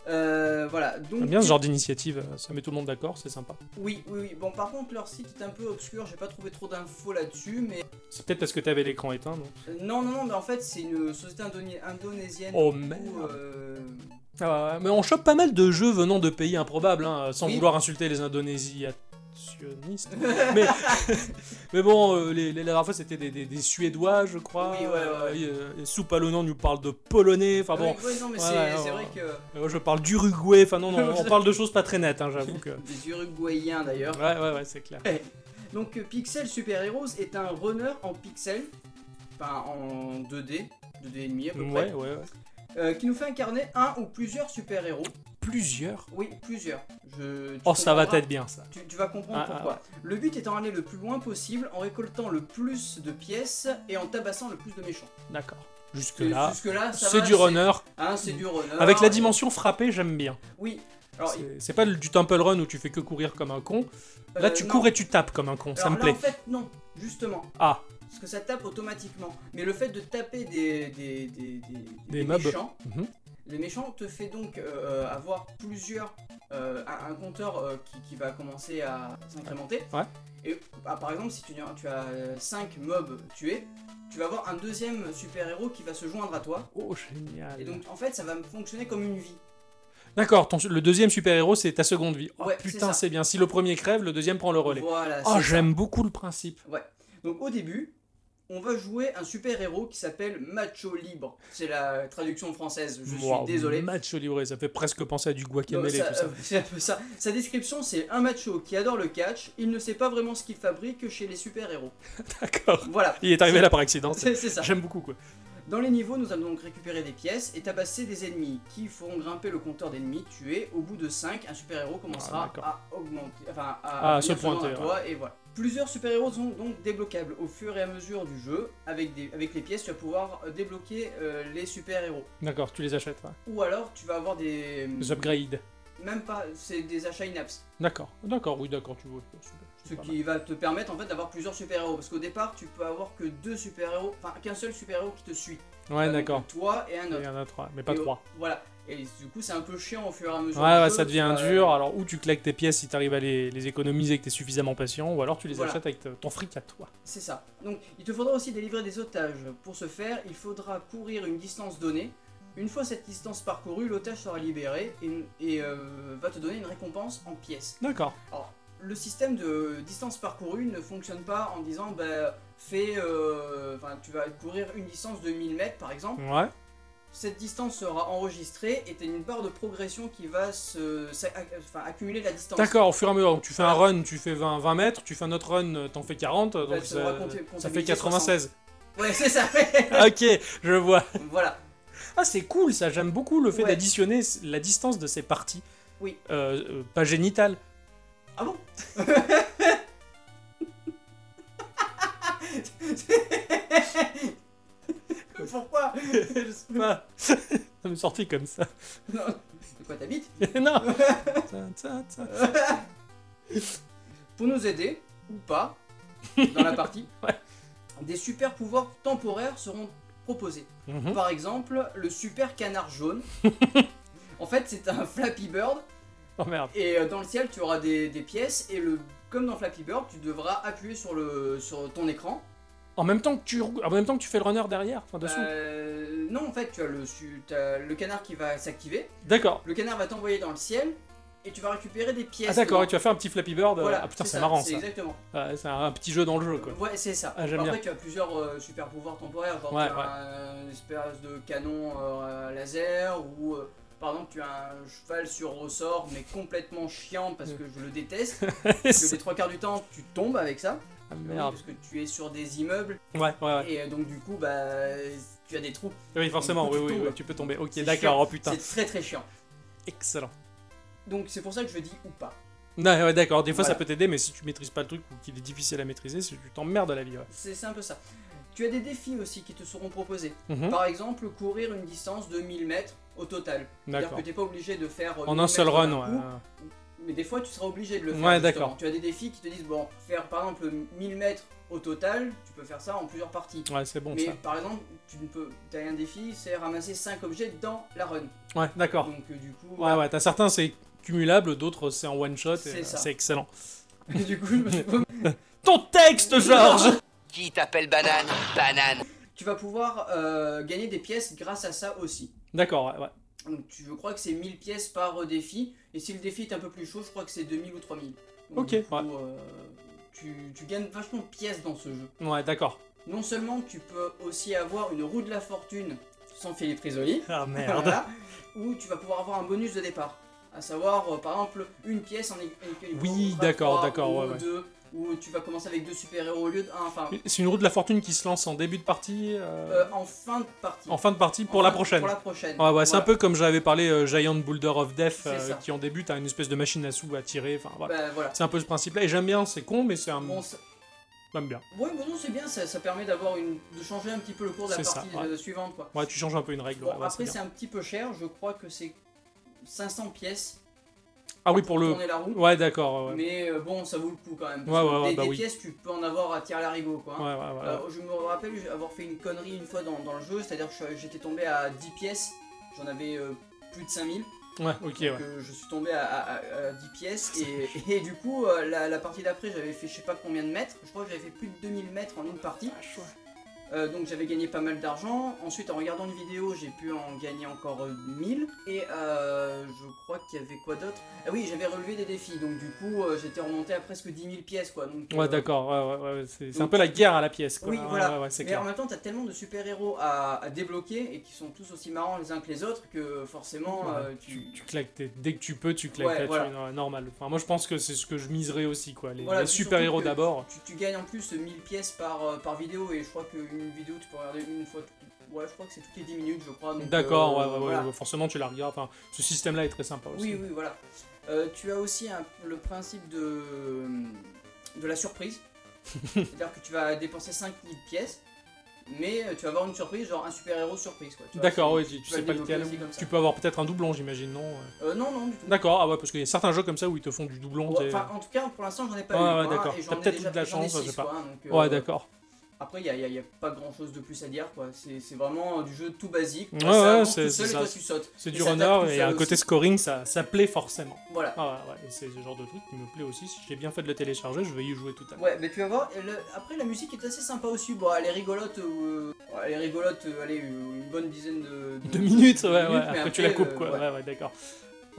Speaker 4: Euh, voilà. Donc,
Speaker 5: J'aime bien ce genre d'initiative, euh, ça met tout le monde d'accord, c'est sympa.
Speaker 4: Oui, oui, oui. Bon, par contre, leur site est un peu obscur. J'ai pas trouvé trop d'infos là-dessus. Mais
Speaker 5: C'est peut-être parce que t'avais l'écran éteint, non
Speaker 4: euh, non, non, non. Mais en fait, c'est une société indoni- indonésienne.
Speaker 5: Oh
Speaker 4: du
Speaker 5: merde
Speaker 4: coup, euh,
Speaker 5: Ah ouais, mais on chope pas mal de jeux venant de pays improbables, hein, sans
Speaker 4: Oui.
Speaker 5: vouloir insulter les indonésiationnistes. mais, mais bon, euh, les, les dernières fois c'était des, des- des Suédois, je crois.
Speaker 4: Oui, ouais, ouais, ouais.
Speaker 5: Euh, et Soupalonan nous parle de Polonais. Enfin bon,
Speaker 4: oui, oui, non, mais
Speaker 5: Ouais,
Speaker 4: c'est
Speaker 5: ouais,
Speaker 4: c'est
Speaker 5: ouais.
Speaker 4: vrai que
Speaker 5: euh, je parle d'Uruguay. Enfin non, non, on parle de choses pas très nettes, hein, j'avoue que.
Speaker 4: des Uruguayens d'ailleurs.
Speaker 5: Ouais, ouais, ouais, c'est clair.
Speaker 4: Donc euh, Pixel Super Heroes est un runner en pixel, enfin en 2D, 2D et demi à peu près.
Speaker 5: Ouais, ouais, ouais.
Speaker 4: Euh, qui nous fait incarner un ou plusieurs super-héros.
Speaker 5: Plusieurs.
Speaker 4: Oui, plusieurs. Je, tu
Speaker 5: Oh, ça va
Speaker 4: comprendras-
Speaker 5: être bien ça.
Speaker 4: Tu, tu vas comprendre
Speaker 5: Ah, ah,
Speaker 4: pourquoi. Le but étant d'aller le plus loin possible en récoltant le plus de pièces et en tabassant le plus de méchants.
Speaker 5: D'accord.
Speaker 4: Euh,
Speaker 5: Jusque-là,
Speaker 4: Jusque-là, ça
Speaker 5: c'est
Speaker 4: va,
Speaker 5: du runner.
Speaker 4: hein, c'est du runner.
Speaker 5: Avec la dimension frappée, j'aime bien.
Speaker 4: Oui. Alors,
Speaker 5: C'est- C'est pas du Temple Run où tu fais que courir comme un con.
Speaker 4: euh,
Speaker 5: Là, tu
Speaker 4: non.
Speaker 5: cours et tu tapes comme un con, ça
Speaker 4: Alors
Speaker 5: me
Speaker 4: là,
Speaker 5: plaît.
Speaker 4: en fait, non, justement.
Speaker 5: Ah,
Speaker 4: Parce que ça tape automatiquement. Mais le fait de taper des, des, des, des,
Speaker 5: Des mobs.
Speaker 4: méchants,
Speaker 5: Mhm.
Speaker 4: les méchants te fait donc euh, avoir plusieurs. euh, un un compteur euh, qui, qui va commencer à s'incrémenter.
Speaker 5: Ouais.
Speaker 4: Et bah, par exemple, si tu, tu as 5 mobs tués, tu vas avoir un deuxième super-héros qui va se joindre à toi.
Speaker 5: oh génial.
Speaker 4: Et donc, en fait, ça va me fonctionner comme une vie.
Speaker 5: D'accord, ton- le deuxième super-héros, c'est ta seconde vie. Oh,
Speaker 4: Ouais, c'est
Speaker 5: putain,
Speaker 4: ça.
Speaker 5: c'est bien. Si le premier crève, le deuxième prend le relais.
Speaker 4: Voilà.
Speaker 5: oh,
Speaker 4: c'est ça.
Speaker 5: j'aime beaucoup le principe.
Speaker 4: Donc, au début, on va jouer un super-héros qui s'appelle Macho Libre. C'est la traduction française, je
Speaker 5: Waouh,
Speaker 4: suis désolé.
Speaker 5: Macho Libre, ça fait presque penser à du
Speaker 4: Non,
Speaker 5: guacamole et
Speaker 4: ça,
Speaker 5: tout ça.
Speaker 4: euh, c'est un peu ça. Sa description, c'est un macho qui adore le catch. Il ne sait pas vraiment ce qu'il fabrique chez les super-héros.
Speaker 5: D'accord.
Speaker 4: Voilà.
Speaker 5: Il est arrivé là par accident.
Speaker 4: C'est c'est ça.
Speaker 5: J'aime beaucoup, quoi.
Speaker 4: Dans les niveaux, nous allons donc récupérer des pièces et tabasser des ennemis qui feront grimper le compteur d'ennemis tués. Au bout de 5, un super-héros
Speaker 5: Ah,
Speaker 4: commencera
Speaker 5: d'accord.
Speaker 4: à augmenter, enfin
Speaker 5: Ah,
Speaker 4: à,
Speaker 5: à se
Speaker 4: venir
Speaker 5: pointer,
Speaker 4: à toi et voilà. Plusieurs super-héros sont donc débloquables au fur et à mesure du jeu. Avec, des, avec les pièces, tu vas pouvoir euh, débloquer euh, les super-héros.
Speaker 5: D'accord, tu les achètes. ouais.
Speaker 4: Ou alors, tu vas avoir des.
Speaker 5: Les upgrades.
Speaker 4: Même pas, c'est des achats inaps.
Speaker 5: D'accord, d'accord, oui, d'accord, tu vois. super,
Speaker 4: Ce
Speaker 5: c'est pas mal.
Speaker 4: qui va te permettre en fait d'avoir plusieurs super-héros. Parce qu'au départ, tu peux avoir que deux super-héros, enfin qu'un seul super-héros qui te suit.
Speaker 5: Ouais,
Speaker 4: Donc,
Speaker 5: d'accord.
Speaker 4: Toi et un
Speaker 5: Il y
Speaker 4: autre.
Speaker 5: en a trois, mais pas
Speaker 4: Et au-
Speaker 5: trois.
Speaker 4: Voilà. Et du coup, c'est un peu chiant au fur et à mesure.
Speaker 5: Ouais,
Speaker 4: du
Speaker 5: ouais,
Speaker 4: jeu,
Speaker 5: ça devient
Speaker 4: euh,
Speaker 5: dur. Alors, ou tu claques tes pièces si t'arrives à les, les économiser et que t'es suffisamment patient, ou alors tu les
Speaker 4: Voilà.
Speaker 5: achètes avec t- ton fric à toi.
Speaker 4: euh, C'est ça. Donc, il te faudra aussi délivrer des otages. Pour ce faire, il faudra courir une distance donnée. Une fois cette distance parcourue, l'otage sera libéré et, et, euh, va te donner une récompense en pièces.
Speaker 5: D'accord.
Speaker 4: Alors, le système de distance parcourue ne fonctionne pas en disant bah, fait, euh, enfin, tu vas courir une distance de 1000 mètres par exemple.
Speaker 5: Ouais.
Speaker 4: Cette distance sera enregistrée et t'as une barre de progression qui va se, s'a- enfin, accumuler la distance.
Speaker 5: D'accord, au fur et à mesure. Donc tu fais un run, tu fais 20, 20 mètres, tu fais un autre run, euh, t'en fais 40, donc
Speaker 4: Ouais, ça
Speaker 5: ça,
Speaker 4: va compter-
Speaker 5: ça fait
Speaker 4: comptabiliser
Speaker 5: 96.
Speaker 4: Ouais, c'est ça.
Speaker 5: ok, je vois.
Speaker 4: voilà.
Speaker 5: Ah, c'est cool ça, j'aime beaucoup le fait
Speaker 4: Ouais.
Speaker 5: d'additionner la distance de ces parties.
Speaker 4: Oui.
Speaker 5: Euh, euh, pas génitales.
Speaker 4: Ah bon Pourquoi
Speaker 5: je sais pas. ça me sortit comme ça.
Speaker 4: Non. De quoi t'habites
Speaker 5: non Tin, tin, tin.
Speaker 4: Pour nous aider, ou pas, dans la partie,
Speaker 5: Ouais.
Speaker 4: des super pouvoirs temporaires seront proposés.
Speaker 5: Mhm.
Speaker 4: Par exemple, le super canard jaune. en fait, c'est un Flappy Bird,
Speaker 5: Oh merde.
Speaker 4: et euh, dans le ciel, tu auras des, des pièces, et le, comme dans Flappy Bird, tu devras appuyer sur, le, sur ton écran.
Speaker 5: En même temps que tu, rou- en même temps que tu fais le runner derrière, enfin dessous.
Speaker 4: Euh, non, en fait, tu as le, su- t'as le canard qui va s'activer,
Speaker 5: D'accord.
Speaker 4: le canard va t'envoyer dans le ciel, et tu vas récupérer des pièces.
Speaker 5: Ah d'accord,
Speaker 4: dedans.
Speaker 5: ouais, tu vas faire un petit Flappy Bird. euh,
Speaker 4: Voilà,
Speaker 5: ah putain,
Speaker 4: c'est
Speaker 5: c'est
Speaker 4: ça,
Speaker 5: marrant
Speaker 4: c'est
Speaker 5: ça.
Speaker 4: Exactement.
Speaker 5: Ouais, c'est un petit jeu dans le jeu quoi.
Speaker 4: Ouais, c'est ça.
Speaker 5: Ah, j'aime
Speaker 4: Après,
Speaker 5: bien.
Speaker 4: tu as plusieurs euh, super pouvoirs temporaires, genre
Speaker 5: Ouais,
Speaker 4: tu as
Speaker 5: ouais.
Speaker 4: un- une espèce de canon euh, laser ou. euh, par exemple, tu as un cheval sur ressort, mais complètement chiant
Speaker 5: Mm.
Speaker 4: parce que je le déteste. parce que les trois quarts du temps, tu tombes avec ça.
Speaker 5: Ah,
Speaker 4: Oui,
Speaker 5: merde.
Speaker 4: parce que tu es sur des immeubles.
Speaker 5: Ouais, ouais, ouais.
Speaker 4: Et euh, donc, du coup, bah, tu as des trous.
Speaker 5: Oui, forcément,
Speaker 4: Du
Speaker 5: oui,
Speaker 4: coup, tu
Speaker 5: oui,
Speaker 4: tombes.
Speaker 5: oui, tu peux tomber. Ok,
Speaker 4: C'est
Speaker 5: d'accord,
Speaker 4: chiant.
Speaker 5: oh putain,
Speaker 4: C'est très très chiant.
Speaker 5: excellent.
Speaker 4: Donc, c'est pour ça que je dis ou pas.
Speaker 5: Non, ouais, d'accord, des fois
Speaker 4: Voilà.
Speaker 5: ça peut t'aider, mais si tu maîtrises pas le truc ou qu'il est difficile à maîtriser, c'est- tu t'emmerdes à la vie, ouais.
Speaker 4: C'est c'est un peu ça. Tu as des défis aussi qui te seront proposés.
Speaker 5: Mhm,
Speaker 4: Par exemple, courir une distance de 1000 mètres au total. C'est-à-dire
Speaker 5: D'accord.
Speaker 4: que t'es pas obligé de faire. euh,
Speaker 5: En
Speaker 4: 1000
Speaker 5: un seul
Speaker 4: mètres
Speaker 5: run,
Speaker 4: d'un
Speaker 5: ouais.
Speaker 4: coup, Mais des fois, tu seras obligé de le faire.
Speaker 5: Ouais,
Speaker 4: justement.
Speaker 5: d'accord.
Speaker 4: Tu as des défis qui te disent bon, faire par exemple 1000 mètres au total, tu peux faire ça en plusieurs parties.
Speaker 5: Ouais, c'est bon
Speaker 4: mais
Speaker 5: ça.
Speaker 4: par exemple, tu ne peux. T'as un défi, c'est ramasser 5 objets dans la run.
Speaker 5: Ouais, d'accord.
Speaker 4: Donc euh, du coup.
Speaker 5: Ouais,
Speaker 4: voilà.
Speaker 5: ouais, t'as certains c'est cumulable, d'autres c'est en one shot, et,
Speaker 4: C'est
Speaker 5: euh,
Speaker 4: ça.
Speaker 5: c'est excellent.
Speaker 4: du coup, je me suis pas-
Speaker 5: Ton texte, Georges
Speaker 6: Qui t'appelle banane Banane.
Speaker 4: tu vas pouvoir euh, gagner des pièces grâce à ça aussi.
Speaker 5: D'accord, ouais, ouais.
Speaker 4: Donc tu, je crois que c'est 1000 pièces par euh, défi, et si le défi est un peu plus chaud, je crois que c'est 2000 ou 3000. Donc,
Speaker 5: Ok,
Speaker 4: du coup,
Speaker 5: ouais.
Speaker 4: euh, tu, tu gagnes vachement de pièces dans ce jeu.
Speaker 5: Ouais, d'accord.
Speaker 4: Non seulement tu peux aussi avoir une roue de la fortune sans Philippe Risoli,
Speaker 5: Ah merde.
Speaker 4: voilà, ou tu vas pouvoir avoir un bonus de départ. À savoir, euh, par exemple, une pièce en é- en
Speaker 5: Oui,
Speaker 4: équivalent,
Speaker 5: d'accord,
Speaker 4: trois
Speaker 5: d'accord,
Speaker 4: ou
Speaker 5: ouais, ouais.
Speaker 4: deux, ou tu vas commencer avec deux super-héros au lieu d'un, enfin,
Speaker 5: C'est une roue de la fortune qui se lance en début de partie, euh,
Speaker 4: euh, en fin de partie.
Speaker 5: en fin de partie pour la
Speaker 4: Enfin,
Speaker 5: prochaine.
Speaker 4: Pour la prochaine.
Speaker 5: Ouais, ouais, c'est un
Speaker 4: Voilà.
Speaker 5: peu comme j'avais parlé euh, Giant Boulder of Death,
Speaker 4: C'est
Speaker 5: euh,
Speaker 4: ça.
Speaker 5: qui en début t'as une espèce de machine à sous à tirer, enfin voilà.
Speaker 4: Bah, voilà.
Speaker 5: C'est un peu ce principe-là, et j'aime bien, c'est con, mais c'est un...
Speaker 4: Bon, ça-
Speaker 5: j'aime bien.
Speaker 4: ouais, bon, non, c'est bien, ça, ça permet d'avoir une, de changer un petit peu le cours de la
Speaker 5: C'est ça,
Speaker 4: partie
Speaker 5: ouais.
Speaker 4: euh, suivante, quoi.
Speaker 5: Ouais, tu changes un peu une règle,
Speaker 4: Bon,
Speaker 5: ouais, ouais, c'est
Speaker 4: après,
Speaker 5: bien.
Speaker 4: c'est un petit peu cher, je crois que c'est 500 pièces
Speaker 5: Ah oui, pour le...
Speaker 4: tourner la roue,
Speaker 5: Ouais, d'accord, ouais. ouais.
Speaker 4: mais euh, bon, ça vaut le coup quand même.
Speaker 5: Ouais,
Speaker 4: que
Speaker 5: ouais, ouais,
Speaker 4: des,
Speaker 5: bah
Speaker 4: des
Speaker 5: oui.
Speaker 4: pièces, tu peux en avoir à tirer l'arigot, quoi. hein.
Speaker 5: Ouais, ouais, ouais,
Speaker 4: Euh,
Speaker 5: ouais.
Speaker 4: je me rappelle avoir fait une connerie une fois dans, dans le jeu, c'est-à-dire que je- j'étais tombé à 10 pièces, j'en avais euh, plus de 5000,
Speaker 5: Ouais, ok, ouais.
Speaker 4: donc, euh, je suis tombé à, à- à- à 10 pièces, et, et du coup, euh, la, la partie d'après, j'avais fait je sais pas combien de mètres, je crois que j'avais fait plus de 2000 mètres en une partie. Euh, donc j'avais gagné pas mal d'argent. Ensuite, en regardant une vidéo, j'ai pu en gagner encore euh, 1000. Et euh, je crois qu'il y avait quoi d'autre Ah oui, j'avais relevé des défis. Donc du coup, euh, j'étais remonté à presque 10 000 pièces. Quoi. Donc,
Speaker 5: Ouais,
Speaker 4: euh,
Speaker 5: d'accord, ouais, ouais, ouais, c'est c'est un
Speaker 4: donc-
Speaker 5: peu la guerre à la pièce, quoi.
Speaker 4: Oui,
Speaker 5: Ouais,
Speaker 4: voilà.
Speaker 5: ouais, ouais, c'est
Speaker 4: Mais en
Speaker 5: clair.
Speaker 4: même temps, t'as tellement de super-héros à, à débloquer et qui sont tous aussi marrants les uns que les autres que forcément
Speaker 5: Ouais,
Speaker 4: euh, tu.
Speaker 5: Tu, tu claques tes- dès que tu peux, tu claques
Speaker 4: Ouais,
Speaker 5: ta
Speaker 4: voilà.
Speaker 5: thune, ouais, normal. Enfin, moi, je pense que c'est ce que je miserais aussi, quoi. Les,
Speaker 4: Voilà,
Speaker 5: les
Speaker 4: puis surtout
Speaker 5: super-héros
Speaker 4: que-
Speaker 5: d'abord.
Speaker 4: Tu, tu gagnes en plus 1000 pièces par, euh, par vidéo et je crois qu'une vidéo tu peux regarder une fois. toutes- Ouais, je crois que c'est toutes les 10 minutes, je crois. donc,
Speaker 5: D'accord,
Speaker 4: euh,
Speaker 5: ouais, ouais, ouais,
Speaker 4: voilà.
Speaker 5: ouais, forcément, tu la regardes. Enfin, ce système-là est très sympa aussi.
Speaker 4: Oui, oui, voilà. Euh, tu as aussi un- le principe de, de la surprise. C'est-à-dire que tu vas dépenser 5000 pièces, mais euh, tu vas avoir une surprise, genre un super-héros surprise. quoi, tu vois,
Speaker 5: D'accord,
Speaker 4: c'est-
Speaker 5: ouais, tu,
Speaker 4: vas
Speaker 5: tu sais
Speaker 4: le
Speaker 5: pas
Speaker 4: débloquer
Speaker 5: lequel.
Speaker 4: aussi comme ça.
Speaker 5: Tu peux avoir peut-être un doublon, j'imagine, non euh.
Speaker 4: Euh, non, non, du tout.
Speaker 5: D'accord, ah ouais, parce qu'il y a certains jeux comme ça où ils te font du doublon.
Speaker 4: Ouais,
Speaker 5: t'es-
Speaker 4: Enfin, en tout cas, pour l'instant, j'en ai pas
Speaker 5: Ouais,
Speaker 4: eu.
Speaker 5: ouais,
Speaker 4: hein,
Speaker 5: d'accord.
Speaker 4: et j'en
Speaker 5: T'as
Speaker 4: ai
Speaker 5: peut-être
Speaker 4: déjà
Speaker 5: eu de la
Speaker 4: pris- j'en ai
Speaker 5: chance, je
Speaker 4: six,
Speaker 5: sais pas.
Speaker 4: quoi, hein, donc, euh,
Speaker 5: ouais, d'accord.
Speaker 4: Après, il n'y a, y a pas grand chose de plus à dire, quoi. C'est c'est vraiment euh, du jeu tout basique.
Speaker 5: Ouais,
Speaker 4: Ça avance
Speaker 5: ouais, c'est-
Speaker 4: tout seul
Speaker 5: c'est
Speaker 4: et toi,
Speaker 5: ça.
Speaker 4: tu sautes.
Speaker 5: C'est
Speaker 4: Et
Speaker 5: du
Speaker 4: ça tape tout
Speaker 5: runner et
Speaker 4: seul
Speaker 5: un côté
Speaker 4: aussi.
Speaker 5: scoring, ça, ça plaît forcément.
Speaker 4: Voilà.
Speaker 5: Ah ouais, ouais, et c'est ce genre de truc qui me plaît aussi. Si j'ai bien fait de le télécharger, je vais y jouer tout à l'heure.
Speaker 4: Ouais, mais tu vas voir. et le- Après, la musique est assez sympa aussi. Bon, elle est rigolote. euh, Elle est rigolote, euh, allez, euh, une bonne dizaine de, de-
Speaker 5: Deux minutes, ouais,
Speaker 4: de
Speaker 5: ouais.
Speaker 4: minutes,
Speaker 5: Après,
Speaker 4: mais
Speaker 5: tu la
Speaker 4: après,
Speaker 5: coupes,
Speaker 4: euh,
Speaker 5: quoi.
Speaker 4: ouais.
Speaker 5: Ouais, ouais, d'accord.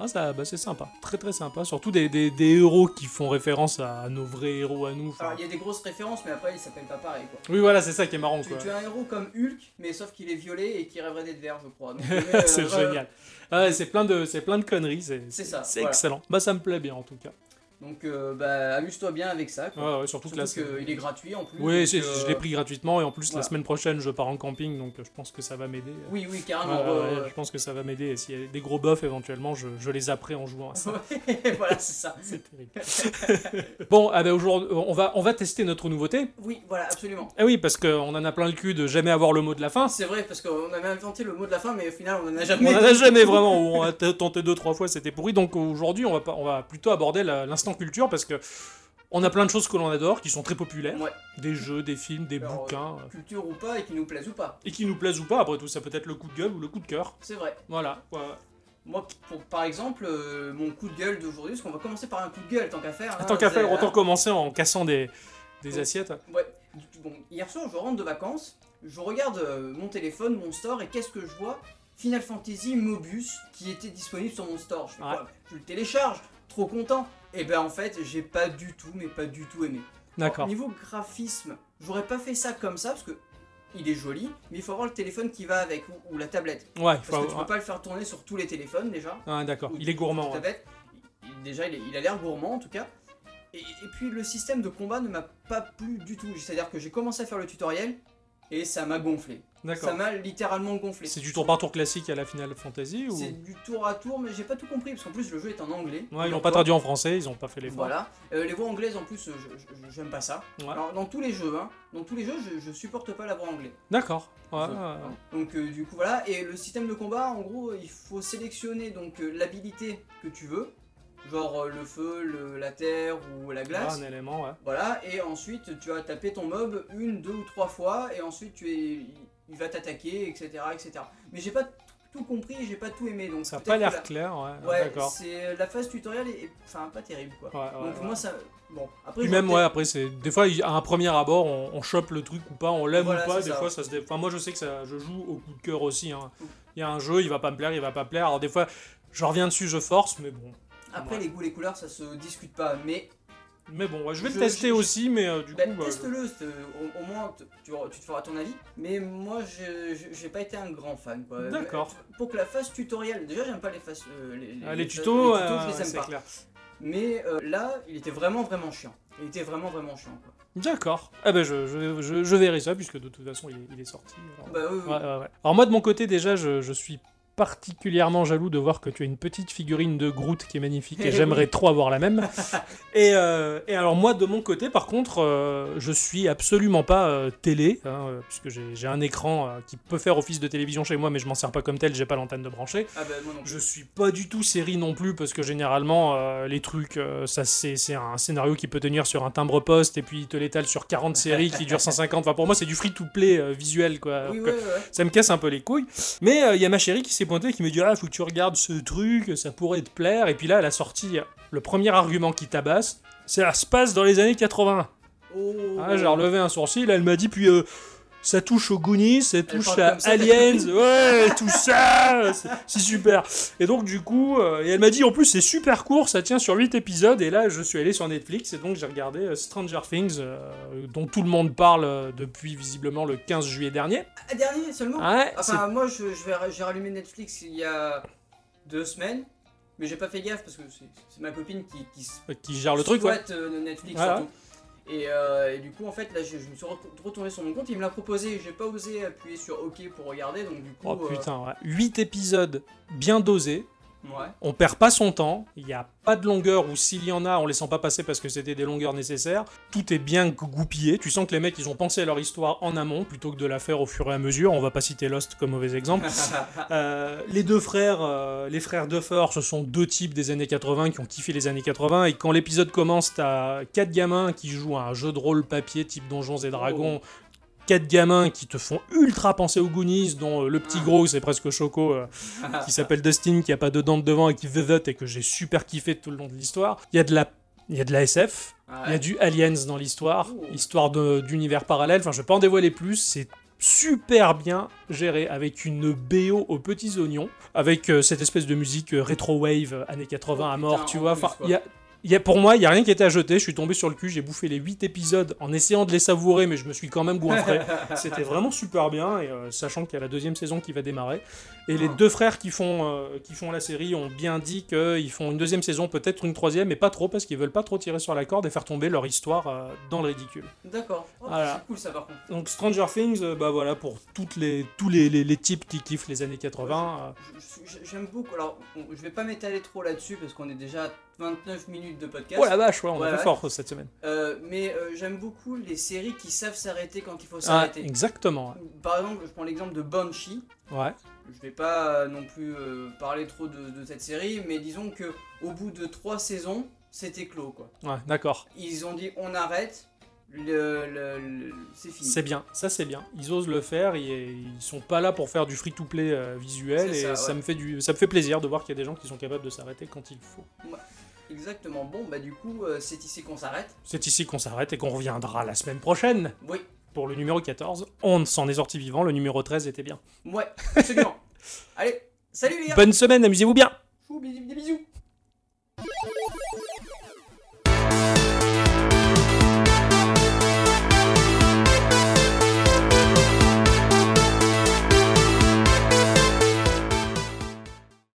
Speaker 5: Ah, ça, bah, c'est sympa, très très sympa. Surtout des, des, des héros qui font référence à nos vrais héros à nous. enfin.
Speaker 4: Alors il y a des grosses références, mais après il s'appelle pas pareil quoi.
Speaker 5: Oui, voilà, c'est ça qui est marrant.
Speaker 4: Tu,
Speaker 5: Quoi.
Speaker 4: tu as un héros comme Hulk, mais sauf qu'il est violet et qu'il rêverait d'être vert, je crois. Donc, euh,
Speaker 5: c'est
Speaker 4: voilà.
Speaker 5: génial. Ah ouais, c'est plein de, c'est plein de conneries. C'est,
Speaker 4: C'est ça,
Speaker 5: C'est
Speaker 4: voilà.
Speaker 5: excellent. Bah, ça me plaît bien en tout cas.
Speaker 4: Donc euh, bah, amuse-toi bien avec ça. Quoi.
Speaker 5: Ouais, ouais, surtout que là, c'est-
Speaker 4: il est gratuit en plus.
Speaker 5: Oui,
Speaker 4: donc,
Speaker 5: j'ai-
Speaker 4: euh,
Speaker 5: je l'ai pris gratuitement et en plus la
Speaker 4: voilà.
Speaker 5: semaine prochaine je pars en camping donc euh, je pense que ça va m'aider.
Speaker 4: Oui, oui,
Speaker 5: Ouais,
Speaker 4: carrément. euh,
Speaker 5: ouais,
Speaker 4: Ah bah, ouais,
Speaker 5: ouais, Je pense que ça va m'aider. Et S'il y a des gros buffs éventuellement, je, je les apprends en jouant à ça.
Speaker 4: ouais. voilà, c'est ça.
Speaker 5: C'est terrible. bon, ah ben, aujourd'hui, on va, on va tester notre nouveauté.
Speaker 4: Oui, voilà, absolument.
Speaker 5: Ah oui, parce qu'on en a plein le cul de jamais avoir le mot de la fin.
Speaker 4: C'est vrai, parce qu'on avait inventé le mot de la fin, mais au final, on en a
Speaker 5: On
Speaker 4: jamais.
Speaker 5: en a jamais vraiment, ou on a t- tenté deux, trois fois, c'était pourri. Donc aujourd'hui, on va, pas- on va plutôt aborder la- l'instant culture parce que on a plein de choses que l'on adore, qui sont très populaires.
Speaker 4: Ouais.
Speaker 5: Des jeux, des films, des
Speaker 4: Alors,
Speaker 5: bouquins, euh,
Speaker 4: Culture ou pas, et qui nous plaise ou pas.
Speaker 5: et qui nous plaisent ou pas. Après tout, ça peut être le coup de gueule ou le coup de cœur.
Speaker 4: C'est vrai.
Speaker 5: Voilà. ouais, ouais.
Speaker 4: Moi, pour, par exemple, euh, mon coup de gueule d'aujourd'hui, parce qu'on va commencer par un coup de gueule, tant qu'à faire. hein,
Speaker 5: tant qu'à
Speaker 4: c'est-
Speaker 5: faire, autant
Speaker 4: hein.
Speaker 5: commencer en cassant des, des
Speaker 4: Ouais.
Speaker 5: assiettes.
Speaker 4: Ouais. Bon, hier soir, je rentre de vacances, je regarde euh, mon téléphone, mon store, et qu'est-ce que je vois Final Fantasy Mobus qui était disponible sur mon store. Je fais
Speaker 5: Ouais.
Speaker 4: quoi Je le télécharge, trop content. Et ben en fait, j'ai pas du tout, mais pas du tout aimé.
Speaker 5: D'accord.
Speaker 4: Niveau graphisme, j'aurais pas fait ça comme ça parce que il est joli, mais il faut avoir le téléphone qui va avec ou, ou la tablette.
Speaker 5: Ouais, il faut
Speaker 4: Parce que tu peux
Speaker 5: avoir-
Speaker 4: pas le faire tourner sur tous les téléphones déjà.
Speaker 5: Ah, d'accord.
Speaker 4: ou
Speaker 5: Il est gourmand.
Speaker 4: sur
Speaker 5: ouais.
Speaker 4: tablette. Il- Déjà, il, est- il a l'air gourmand en tout cas. Et, et puis le système de combat ne m'a pas plu du tout. C'est-à-dire que j'ai commencé à faire le tutoriel et ça m'a gonflé. Ça
Speaker 5: D'accord.
Speaker 4: m'a littéralement gonflé.
Speaker 5: C'est du tour par tour classique à la Final Fantasy ou
Speaker 4: C'est du tour à tour, mais j'ai pas tout compris parce qu'en plus le jeu est en anglais.
Speaker 5: Ouais, ils l'ont
Speaker 4: Donc,
Speaker 5: pas traduit en français, ils ont pas fait les
Speaker 4: Voilà. Euh, les voix anglaises en plus, euh, je- je- je- j'aime pas ça. Alors, dans tous les jeux, hein, dans tous les jeux, je, je supporte pas la voix anglaise.
Speaker 5: D'accord. Ouais,
Speaker 4: Je-
Speaker 5: ouais, ouais.
Speaker 4: Donc euh, du coup voilà, et le système de combat, en gros, il faut sélectionner donc euh, l'habilité que tu veux, genre euh, le feu, le- la terre ou la
Speaker 5: Ah,
Speaker 4: glace.
Speaker 5: un élément, ouais.
Speaker 4: Voilà, et ensuite tu vas taper ton mob une, deux ou trois fois, et ensuite tu es, il- il va t'attaquer, etc., etc. Mais j'ai pas t- tout compris, j'ai pas tout aimé, donc
Speaker 5: Ça a
Speaker 4: peut-être
Speaker 5: pas
Speaker 4: que
Speaker 5: l'air
Speaker 4: la-
Speaker 5: clair, ouais.
Speaker 4: Ouais,
Speaker 5: D'accord.
Speaker 4: c'est euh, la phase tutoriel est, est- enfin pas terrible quoi.
Speaker 5: Ouais, ouais,
Speaker 4: donc
Speaker 5: ouais.
Speaker 4: moi ça, bon après
Speaker 5: Puis
Speaker 4: je
Speaker 5: même,
Speaker 4: vais
Speaker 5: ouais, après, c'est des fois, il- à un premier abord, on, on chope le truc ou pas, on l'aime
Speaker 4: Voilà,
Speaker 5: ou pas.
Speaker 4: c'est
Speaker 5: Des
Speaker 4: ça.
Speaker 5: fois, ça se. dé- Enfin, moi, je sais que ça, je joue au coup de cœur aussi. hein. Il y a un jeu, il va pas me plaire, il va pas plaire. Alors, des fois, je reviens dessus, je force, mais bon.
Speaker 4: Après,
Speaker 5: Ouais.
Speaker 4: les goûts, les couleurs, ça se discute pas, mais
Speaker 5: Mais bon, ouais, je vais
Speaker 4: Je-
Speaker 5: le tester
Speaker 4: je-
Speaker 5: aussi, mais euh, du
Speaker 4: bah,
Speaker 5: coup. bah,
Speaker 4: teste-le, c'est- au, au moins t- tu, tu te feras ton avis. Mais moi, je- je- j'ai pas été un grand fan. quoi.
Speaker 5: D'accord.
Speaker 4: Mais Pour que la phase tutoriel, déjà, j'aime pas les phases. euh, les,
Speaker 5: je-
Speaker 4: les-
Speaker 5: Ah,
Speaker 4: les
Speaker 5: les
Speaker 4: phases-
Speaker 5: tutos,
Speaker 4: les tutos,
Speaker 5: euh,
Speaker 4: je les aime
Speaker 5: c'est
Speaker 4: pas.
Speaker 5: clair.
Speaker 4: Mais euh, là, il était vraiment, vraiment chiant. Il était vraiment, vraiment chiant. Quoi.
Speaker 5: D'accord. Ah ben je, je, je- je verrai ça puisque de toute façon il est, il est sorti. alors.
Speaker 4: Bah, oui, oui.
Speaker 5: Ouais, ouais, ouais. Alors moi de mon côté déjà je, je suis particulièrement jaloux de voir que tu as une petite figurine de Groot qui est magnifique
Speaker 4: Eh
Speaker 5: et
Speaker 4: oui.
Speaker 5: j'aimerais trop avoir la même. et, euh, et alors moi de mon côté par contre euh, je suis absolument pas euh, télé hein, euh, puisque j'ai j'ai un écran euh, qui peut faire office de télévision chez moi mais je m'en sers pas comme tel, j'ai pas l'antenne de brancher.
Speaker 4: Ah, bah, moi non plus.
Speaker 5: Je suis pas du tout série non plus parce que généralement euh, les trucs euh, ça c'est c'est un scénario qui peut tenir sur un timbre poste et puis il te l'étale sur 40 séries qui durent 150. Enfin pour moi c'est du free to play visuel quoi. alors
Speaker 4: Oui,
Speaker 5: que
Speaker 4: ouais, ouais, ouais.
Speaker 5: Ça me casse un peu les couilles. Mais euh, il y a ma chérie qui s'est pointée et qui me dit Ah, faut que tu regardes ce truc, ça pourrait te plaire. Et puis là, elle a sorti le premier argument qui tabasse Ça se passe dans les années 80.
Speaker 4: Oh.
Speaker 5: Ah, j'ai relevé un sourcil, elle m'a dit Puis euh, ça touche aux Goonies, ça touche
Speaker 4: parle
Speaker 5: à
Speaker 4: comme ça,
Speaker 5: Aliens, ouais, tout ça, c'est- c'est super. Et donc, du coup, euh, et elle m'a dit En plus, c'est super court, ça tient sur 8 épisodes. Et là, je suis allé sur Netflix et donc j'ai regardé euh, Stranger Things, euh, dont tout le monde parle euh, depuis visiblement le 15 juillet dernier.
Speaker 4: Ah, dernier seulement
Speaker 5: Ouais, c'est
Speaker 4: Enfin, moi, je, je vais- j'ai rallumé Netflix il y a deux semaines. Mais j'ai pas fait gaffe parce que c'est c'est ma copine qui, qui se
Speaker 5: qui gère le truc, ouais.
Speaker 4: Soit, euh, de Netflix
Speaker 5: Ouais,
Speaker 4: surtout. Et, euh, et du coup, en fait, là, je, je me suis re- retourné sur mon compte. Il me l'a proposé. J'ai pas osé appuyer sur OK pour regarder. Donc, du coup,
Speaker 5: Oh
Speaker 4: euh,
Speaker 5: putain, ouais. 8 épisodes bien dosés.
Speaker 4: euh, ouais.
Speaker 5: On perd pas son temps, il n'y a pas de longueur, ou s'il y en a, on les sent pas passer parce que c'était des longueurs nécessaires. Tout est bien goupillé, tu sens que les mecs, ils ont pensé à leur histoire en amont, plutôt que de la faire au fur et à mesure. On va pas citer Lost comme mauvais exemple. Euh, les deux frères, euh, les frères Duffer, ce sont deux types des années 80 qui ont kiffé les années 80. Et quand l'épisode commence, t'as quatre gamins qui jouent à un jeu de rôle papier type Donjons et Dragons. Quatre gamins qui te font ultra penser aux Goonies, dont euh, le petit
Speaker 4: Ah.
Speaker 5: gros, c'est presque Choco, euh, qui s'appelle Dustin, qui a pas de dents de devant et qui veut et que j'ai super kiffé tout le long de l'histoire. Il y a de la, il y a de la SF, il y a
Speaker 4: Ouais.
Speaker 5: du Aliens dans l'histoire,
Speaker 4: Oh.
Speaker 5: histoire de- d'univers parallèle, enfin je vais pas en dévoiler plus, c'est super bien géré, avec une BO aux petits oignons, avec euh, cette espèce de musique euh, rétro wave euh, années 80 à
Speaker 4: Oh,
Speaker 5: mort,
Speaker 4: putain,
Speaker 5: tu
Speaker 4: en
Speaker 5: vois.
Speaker 4: plus,
Speaker 5: Enfin,
Speaker 4: quoi.
Speaker 5: il y a- il y a- pour moi, il n'y a rien qui était à jeter. Je suis tombé sur le cul, j'ai bouffé les 8 épisodes en essayant de les savourer, mais je me suis quand même goinfré. C'était vraiment super bien, et euh, sachant qu'il y a la deuxième saison qui va démarrer. Et les
Speaker 4: Ah.
Speaker 5: deux frères qui font, euh, qui font la série ont bien dit qu'ils font une deuxième saison, peut-être une troisième, mais pas trop, parce qu'ils veulent pas trop tirer sur la corde et faire tomber leur histoire euh, dans le ridicule.
Speaker 4: D'accord. Oh,
Speaker 5: Voilà.
Speaker 4: C'est cool ça par contre.
Speaker 5: Donc Stranger Things, euh, bah voilà, pour toutes les, tous les, les, les types qui kiffent les années euh, 80.
Speaker 4: Je- je- J'aime beaucoup. Alors, on- je vais pas m'étaler trop là-dessus parce qu'on est déjà à 29 minutes de
Speaker 5: euh,
Speaker 4: podcast.
Speaker 5: Oh la vache, ouais, on
Speaker 4: Ouais,
Speaker 5: a fait
Speaker 4: ouais.
Speaker 5: fort euh, cette semaine.
Speaker 4: Euh, mais euh, j'aime beaucoup les séries qui savent s'arrêter quand il faut
Speaker 5: Ah,
Speaker 4: s'arrêter.
Speaker 5: exactement.
Speaker 4: Par exemple, je prends l'exemple de Banshee.
Speaker 5: Ouais. Ouais.
Speaker 4: Je vais pas euh, non plus euh, parler trop de, de cette série, mais disons que au bout de trois saisons, c'était clos quoi.
Speaker 5: Ouais, d'accord.
Speaker 4: Ils ont dit on arrête, le, le- le- c'est fini.
Speaker 5: C'est bien, ça c'est bien. Ils osent le faire, ils, ils sont pas là pour faire du free-to-play euh, visuel,
Speaker 4: C'est
Speaker 5: et
Speaker 4: ça,
Speaker 5: ça,
Speaker 4: ouais.
Speaker 5: me fait du, ça me fait plaisir de voir qu'il y a des gens qui sont capables de s'arrêter quand il faut.
Speaker 4: Exactement. Bon bah du coup, euh, c'est ici qu'on s'arrête.
Speaker 5: C'est ici qu'on s'arrête et qu'on reviendra la semaine prochaine
Speaker 4: Oui.
Speaker 5: pour le numéro 14. On s'en est sorti vivant, le numéro 13 était bien.
Speaker 4: Ouais. Absolument. Allez, salut les gars.
Speaker 5: Bonne semaine, amusez-vous bien
Speaker 4: Chou, bisous, bisous.